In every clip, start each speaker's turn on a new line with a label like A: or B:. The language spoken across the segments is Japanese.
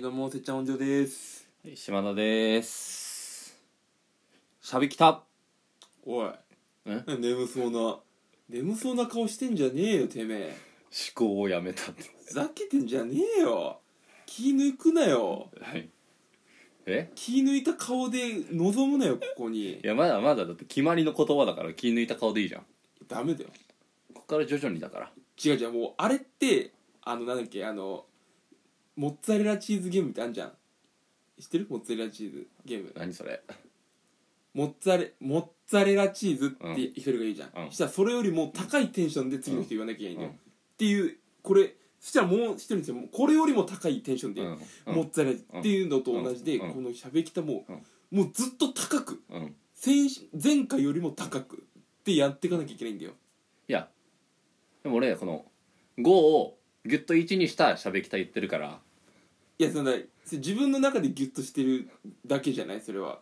A: どうもせっちゃん本庄です
B: はい島田ですしゃべきた
A: おい
B: え
A: 眠そうな眠そうな顔してんじゃねえよてめえ
B: 思考をやめた
A: ふざけてんじゃねえよ気抜くなよ
B: はいえ
A: 気抜いた顔で臨むなよここに
B: いやまだまだだって決まりの言葉だから気抜いた顔でいいじゃん
A: ダメだよ
B: こっから徐々にだから
A: 違う違うもうあれってあのなんだっけあのモッツァレラチーズゲームってあんじゃん知ってるモッツァレラチーズゲーム
B: 何それ
A: モッツァレモッツァレラチーズって一人が言うじゃん、
B: うん
A: そしたらそれよりも高いテンションで次の人言わなきゃいけないんだよ、
B: うん
A: っていうこれそしたらもう一人の人もこれよりも高いテンションで、
B: うんう
A: モッ
B: ん
A: ツァレラっていうのと同じで、
B: うん
A: このしゃべきたも、もうずっと高く
B: うんい
A: 先前回よりも高くってやっていかなきゃいけないんだよ
B: やでも俺この5をギュッと1にしたしゃべきた言ってるから
A: いやそんなそれ自分の中でギュッとしてるだけじゃないそれは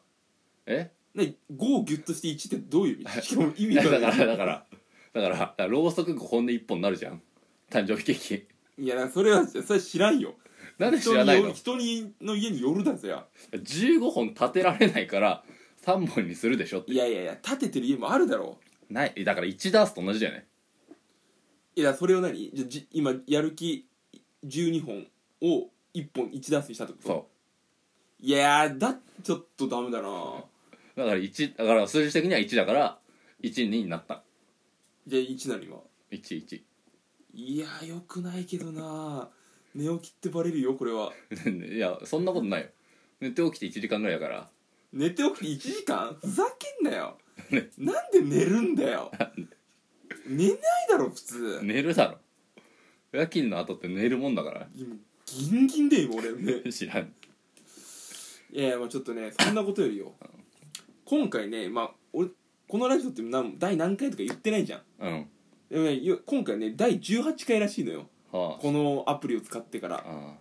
B: え
A: な5をギュッとして1ってどういう意味しかも意
B: い
A: 味
B: や
A: が
B: だから
A: な
B: だ
A: い
B: からだからだからろうそく5本で1本になるじゃん誕生日ケーキ
A: いやそれはそれは知らんよ
B: なんで知
A: 人
B: らな
A: に
B: い
A: よ
B: の
A: 人にの家によるだぜや
B: 15本立てられないから3本にするでしょって
A: いやいやいや建ててる家もあるだろ
B: ないだから1ダースと同じだよね
A: ういやそれを何じゃじ今やる気12本を1本1ダースにしたってこと
B: そ
A: いやーだちょっとダメだな
B: うだから1だから数字的には1だから12になった
A: じゃあ1なの今
B: 11
A: いやーよくないけどな寝起きってバレるよこれはい
B: やそんな ことないよ寝て起きて1時間ぐらいだから
A: 寝て起きて1時間ふざけんな よなんで寝るんだよ寝ないだろ普通、
B: 寝るだろ夜勤の後って寝るもんだから
A: 今ギンギンで今俺ね
B: 知らん
A: いやいやまあちょっとねそんなことよりよ今回ねまあ俺このラジオって何第何回とか言ってないじゃん
B: うん
A: でもねよ今回ね第18回らしいのよ
B: は
A: このアプリを使ってか
B: あ
A: ら
B: ああ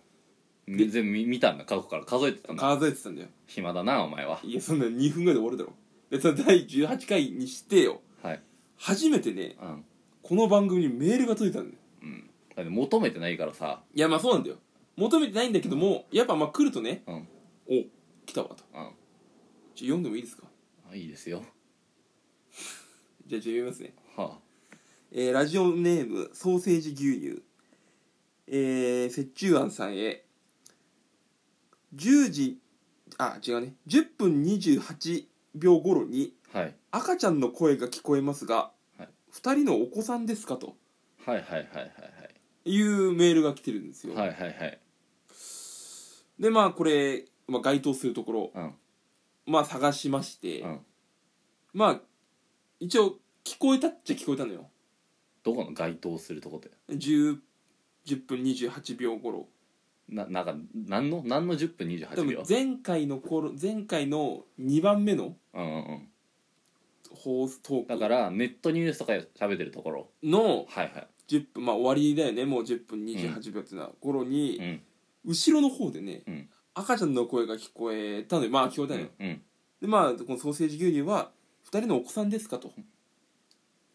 B: 全然見見たんだ過去から数えてたんだ
A: 数えてたんだよ
B: 暇だなお前はい
A: やそんな2分ぐらいで終わるだろでその第18回にしてよ
B: はい
A: 初めてね
B: うん
A: この番組にメールが届いたんだよ
B: だって求めてないからさ
A: いやまあそうなんだよ求めてないんだけどもやっぱまあ来るとね
B: うん
A: お来たわとちょ
B: うん
A: 読んでもいいですか
B: あいいですよ
A: じゃあちょっと読みますね
B: は
A: えーラジオネームソーセージ牛乳えー、雪中庵さんへ10時あ違うね10分28秒頃に
B: あ、はい、
A: 赤ちゃんの声が聞こえますが、
B: はい
A: 二2人のお子さんですかと
B: はいはいはいはい
A: いうメールが来てるんですよ、
B: はいはいはいはい
A: でまあこれ、まあ、該当するところ、
B: うん
A: まあ探しまして、
B: うん
A: まあ一応聞こえたっちゃ聞こえたのよ
B: どこの該当するとこで
A: 10, 10分28秒頃
B: ななんか何の何の10分
A: で
B: 28
A: も
B: 秒
A: 前回の頃前回の2番目の
B: うんうんうん
A: 放送ト
B: だ
A: ーク
B: からネットニュースとか喋ってるところ
A: の
B: はいは
A: 10分まあ終わりだよねもう10分28秒ってな頃
B: い
A: に、
B: うん
A: 後ろの方でね、
B: うん
A: 赤ちゃんの声が聞こえたのよまあ聞こえた
B: う
A: のよ、
B: んうん
A: でまあこのソーセージ牛乳は2人のお子さんですかと、も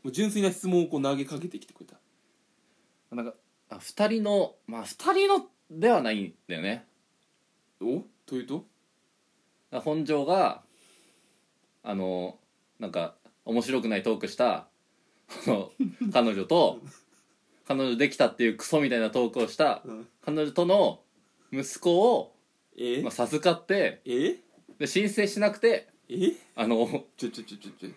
A: う純粋な質問をこう投げかけてきてくれた
B: なんかあ2人のまあ2人のではないんだよね
A: おというと
B: だから本庄があのなんか面白くないトークしたあの彼女と彼女できたっていうクソみたいなトークをした
A: うん
B: 彼女との息子を、
A: え
B: まあ、授かって
A: え
B: で申請しなくて
A: え
B: あの
A: ちょちょちょちょちょ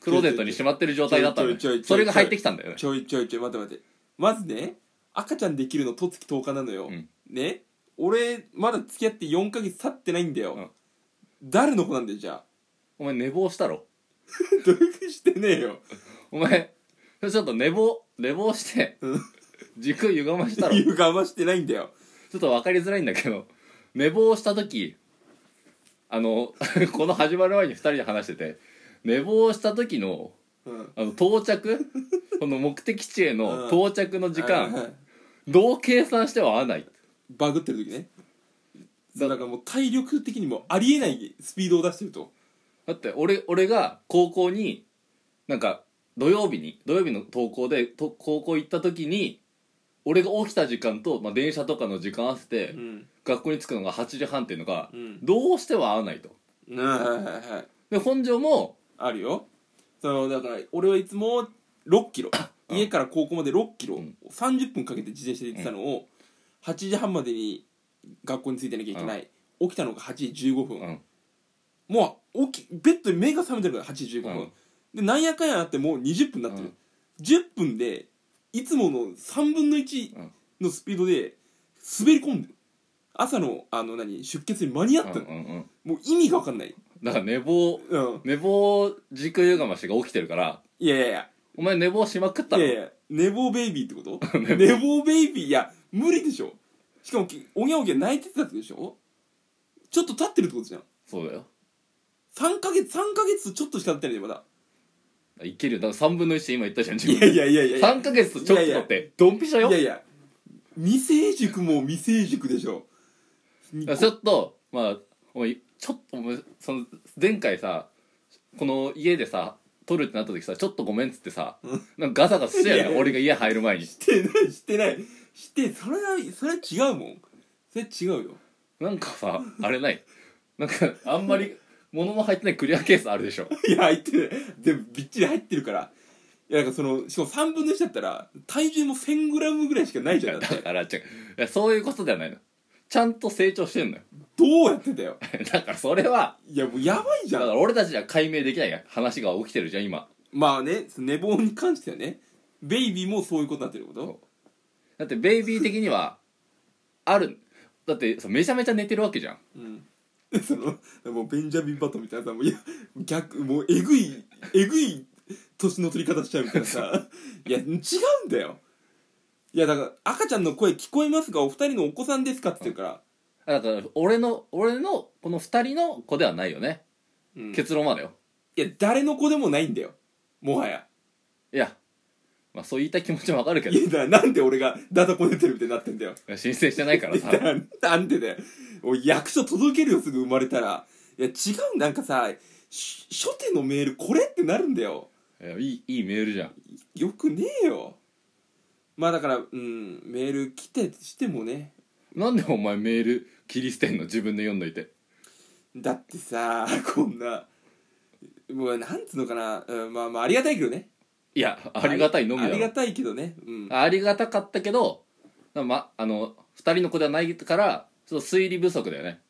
B: クローゼットにしまってる状態だったのよ
A: ちょいちょいちょいちょい
B: それが入ってきたんだよね
A: ちょいちょいちょい待って待ってまずね赤ちゃんできるのとつき10日なのよ、
B: うん
A: ね俺まだ付き合って4ヶ月経ってないんだよ、
B: うん
A: 誰の子なんだよじゃあ
B: お前寝坊したろ
A: 努力してねえよ
B: お前それちょっと寝坊寝坊して
A: うん
B: 軸歪ましたろち
A: 言うがましてないんだよ
B: ょっと分かりづらいんだけど寝坊した時あの この始まる前に2人で話してて寝坊した時の
A: うん
B: あの到着この目的地へ
A: うん
B: の到着の時
A: はい
B: 間
A: はい
B: どう計算しては合わない
A: バグってる時ね
B: だ
A: だからもう体力的にもありえないスピードを出してると
B: だって俺俺が高校になんか土曜日に土曜日の登校でと高校行った時に俺が起きた時間と、まあ、電車とかの時間合わせて、
A: うん
B: 学校に着くのが8時半っていうのが
A: うん
B: どうしては合わないと
A: うんはいはいはいはい
B: で本庄も
A: あるよそのだから俺はいつも6キロ
B: うん
A: 家から高校まで6キロ、
B: うん
A: 30分かけて自転車で行ってたのを、8時半までに学校に着いてなきゃいけない、起きたのが8時15分、
B: うん
A: もう起きベッドに目が覚めてるから8時15分、でなんやかんやあってもう20分になってる、10分でいつもの3分の1
B: うん
A: のスピードで滑り込んでる朝のあの何出血に間に合った
B: うんう
A: の、
B: んうん
A: もう意味が分かんない、
B: だから寝坊
A: うん、
B: 寝坊軸ゆがましが起きてるから
A: いやいやいや
B: お前寝坊しまくった
A: い
B: の
A: やいや寝坊ベイビーってこと
B: 寝坊
A: 寝坊ベイビーいや無理でしょしかもきおぎゃおぎゃ泣いてたってことでしょちょっと経ってるってことじゃん
B: そうだよ
A: 3ヶ月3ヶ月とちょっとしか経ってないでまだ
B: いけるよだから3分の1で今言ったじゃん自
A: いや
B: 分
A: いやいやいやいや
B: 3ヶ月とちょっとだってドンピシャよ
A: いやいや未成熟も未成熟でしょ
B: だからちょっとまあお前ちょっとお前その前回さこの家でさ撮るってなった時さちょっとごめんっつってさ、なんかガサガサしてた
A: いやい
B: よね
A: や
B: 俺が家入る前に
A: してないしてないしてそれはそれは違うもんそれは違うよ
B: なんかさあれないなんかあんまり物も入ってないクリアケースあるでしょ
A: いや入ってる全部びっちり入ってるからいやなんかそのしかも3分の1だったら体重も 1000g ぐらいしかないじゃんだっ
B: だ
A: て
B: から違ういやそういうことではないのちゃんと成長してんのよ
A: どうやってたよ
B: だからそれはい
A: やもうやばいじ
B: だ
A: ゃ
B: か
A: ん
B: ら俺たちには解明できないや話が起きてるじゃん今
A: まあねその寝坊に関してはねベイビーもそういうことになってること
B: だってベイビー的にはあるだってそうめちゃめちゃ寝てるわけじゃん
A: うん そのもうベンジャミン・バトンみたいなさもういや逆もうえぐいえぐい年の取り方しちゃうみたいな さいや違うんだよいやだから赤ちゃんの声聞こえますがお二人のお子さんですかって言うから、
B: あだから俺の俺のこの2人の子ではないよね、
A: うんい
B: 結論までよ
A: や誰の子でもないんだよもはや
B: いやまあそう言いたい気持ちもわかるけ
A: い
B: ど
A: やだからなんで俺がダダこねてるみたいになってんだよ
B: 申請してないからさ
A: だから なんでだよおい役所届けるよすぐ生まれたらいや違うなんかさし初手のメールこれってなるんだよ
B: いやいいいいメールじゃん
A: よくねえよまあだからうんメール来てしてもね
B: なんでお前メール切り捨てんの自分で読んどいて
A: だってさこんなもうなんつうのかな、うん、まあまあありがたいけどね
B: いやありがたいのみ
A: あ
B: だ
A: り
B: ろ
A: がたいけどねうん
B: ありがたかったけど、ま、あの2人の子ではないからちょっと推理不足だよね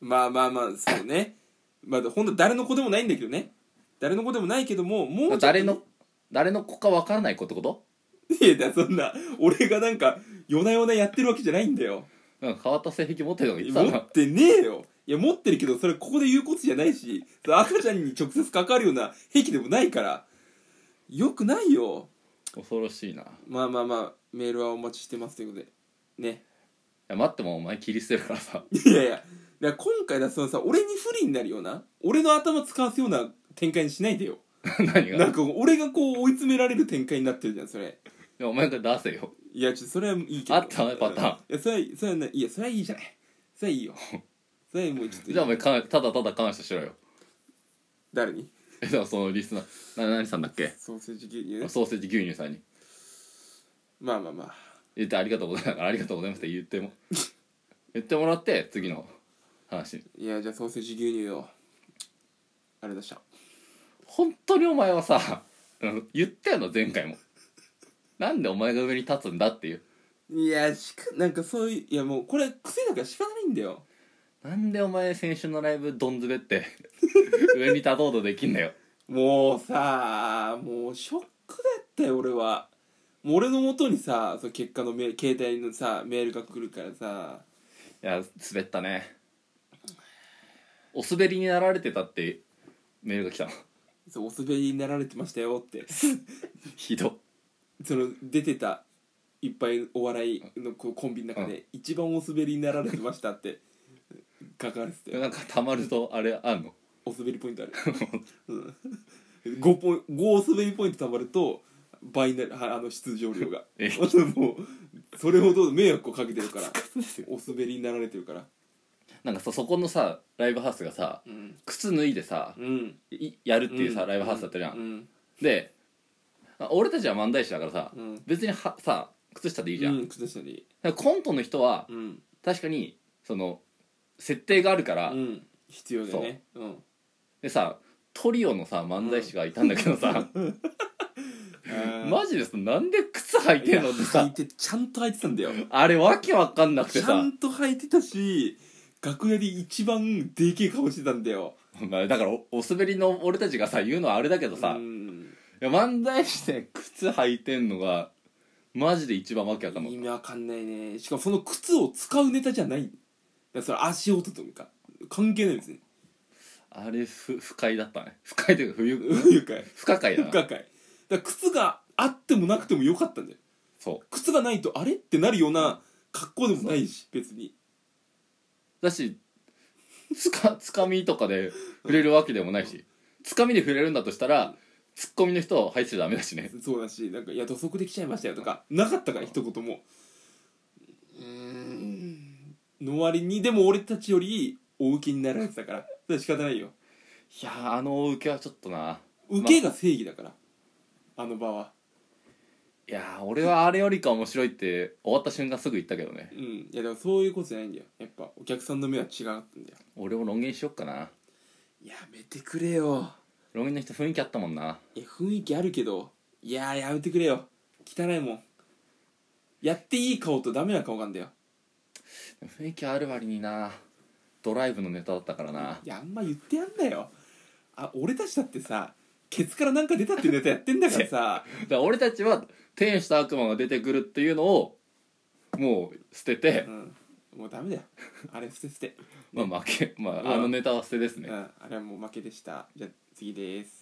A: まあまあまあそうねまあほんと誰の子でもないんだけどね誰の子でもないけどももうちょっとね
B: 誰の誰の子かわからない子ってこと
A: いやだそんな俺がなんか夜な夜なやってるわけじゃないんだよ
B: なんか変わった性癖持ってるのが言って
A: 持
B: たな
A: ってねえよいや持ってるけどそれここで言うことじゃないしその赤ちゃんに直接関わるような癖でもないからよくないよ
B: 恐ろしいない
A: まあまあまあメールはお待ちしてますということでね
B: や待ってもお前切り捨てるからさ
A: いやいやだから今回だそのさ俺に不利になるような俺の頭使わすような展開にしないでよ
B: 何
A: な
B: が
A: んか俺がこう追い詰められる展開になってるじゃんそれ
B: いやお前が出せよ
A: いやちょっとそれはいいけど
B: あったねパターン
A: いやそれはいそれはないいやそれはいいじゃないそれはいいよそれはもうちょっと
B: じゃあお前かただただ感謝しろよ
A: 誰に
B: えだからそのリスナーな何さんだっけ
A: ソーセージ牛乳ね
B: ソーセージ牛乳さんに
A: まあまあまあ
B: 言ってありがとうございますありがとうございますって言っても 言ってもらって次の話に
A: いやじゃあソーセージ牛乳をあれでした
B: 本当にお前はさ あの言ったよな前回もなんでお前が上に立つんだっていう
A: いやしかなんかそういういやもうこれ癖だから仕方ないんだよ
B: なんでお前先週のライブドンズベって 上に立とうとできんだよ
A: もうさもうショックだったよ俺はもう俺の元にさその結果のメ携帯のさメールが来るからさ
B: いや滑ったねお滑りになられてたってメールが来たの
A: そうお滑りになられてましたよ って
B: ひど
A: その出てたいっぱいお笑いのこうコンビの中で一番お滑りになられてましたって 書かれてたよ
B: なんかたまるとあれあんの
A: お滑りポイン トある、うん、5, ポイン5滑りポイント貯まると倍になるはあの出場量が
B: え
A: もうそれほど迷惑をかけてるからお滑りになられてるから
B: なんかさそこのさライブハウスがさ
A: うん
B: 靴脱いでさ
A: うん
B: いやるっていうさ、
A: うん
B: ライブハウスだったじゃん、
A: うん
B: であ俺たちは漫才師だからさ、
A: うん
B: 別にはさ靴下でいいじゃん、
A: うん靴下に
B: だからコントの人は
A: うん
B: 確かにそその設定があるから、
A: うん必要だよねうん
B: でさトリオのさ漫才師がいたんだけどさ、マジでさなんで靴履い
A: い
B: て
A: や
B: んのって
A: 履い
B: さ
A: てちゃんと履いてたんだよ
B: あれわけわかんなくて
A: ち
B: さ
A: ゃんと履いてたし楽屋で一番でけえ顔してたんだよ
B: まあだからおお滑りの俺たちがさ言うのはあれだけどさ、
A: う
B: い
A: ん
B: や漫才師で靴履いてんのがマジで一番わけわかんない
A: 意味わかんないねしかもその靴を使うネタじゃないだからそれ足音とか関係ないですね
B: あれふ不快だったね不快というか不愉
A: 愉快
B: 不可解だ
A: 不
B: な
A: 可解だから靴があってもなくてもよかったんだよ
B: そう
A: 靴がないとあれってなるような格好でもないし別に
B: だしつか つかみとかで触れるわけでもないしつかみで触れるんだとしたらツッコミの人入ってちゃダメだしね
A: そうだしなんか「いや土足できちゃいましたよ」とかなかったから一言もうーんの割にでも俺たちよりお受けになられてたからそれは仕方ないよ
B: いやーあの受けはちょっとな
A: 受けが正義だから、あの場はい
B: やー俺はあれよりか面白いって終わった瞬間すぐ言ったけどね
A: うんいやでもそういうことじゃないんだよやっぱお客さんの目は違うんだよ
B: 俺も論言しよっかな
A: やめてくれよ
B: 論言の人雰囲気あったもんない
A: や雰囲気あるけどいやーやめてくれよ汚いもんやっていい顔とダメな顔があんだよ
B: 雰囲気ある割になドライブのネタだったからない
A: やあんま言ってやんなよあ俺たちだってさケツからなんか出たっていうネタやってんだからさ
B: だから俺たちは天使と悪魔が出てくるっていうのをもう捨てて
A: う、んもうダメだよあれ捨て捨て、
B: まあ負けま
A: うん
B: ああのネタは捨てですね
A: うん、あれはもう負けでしたじゃあ次です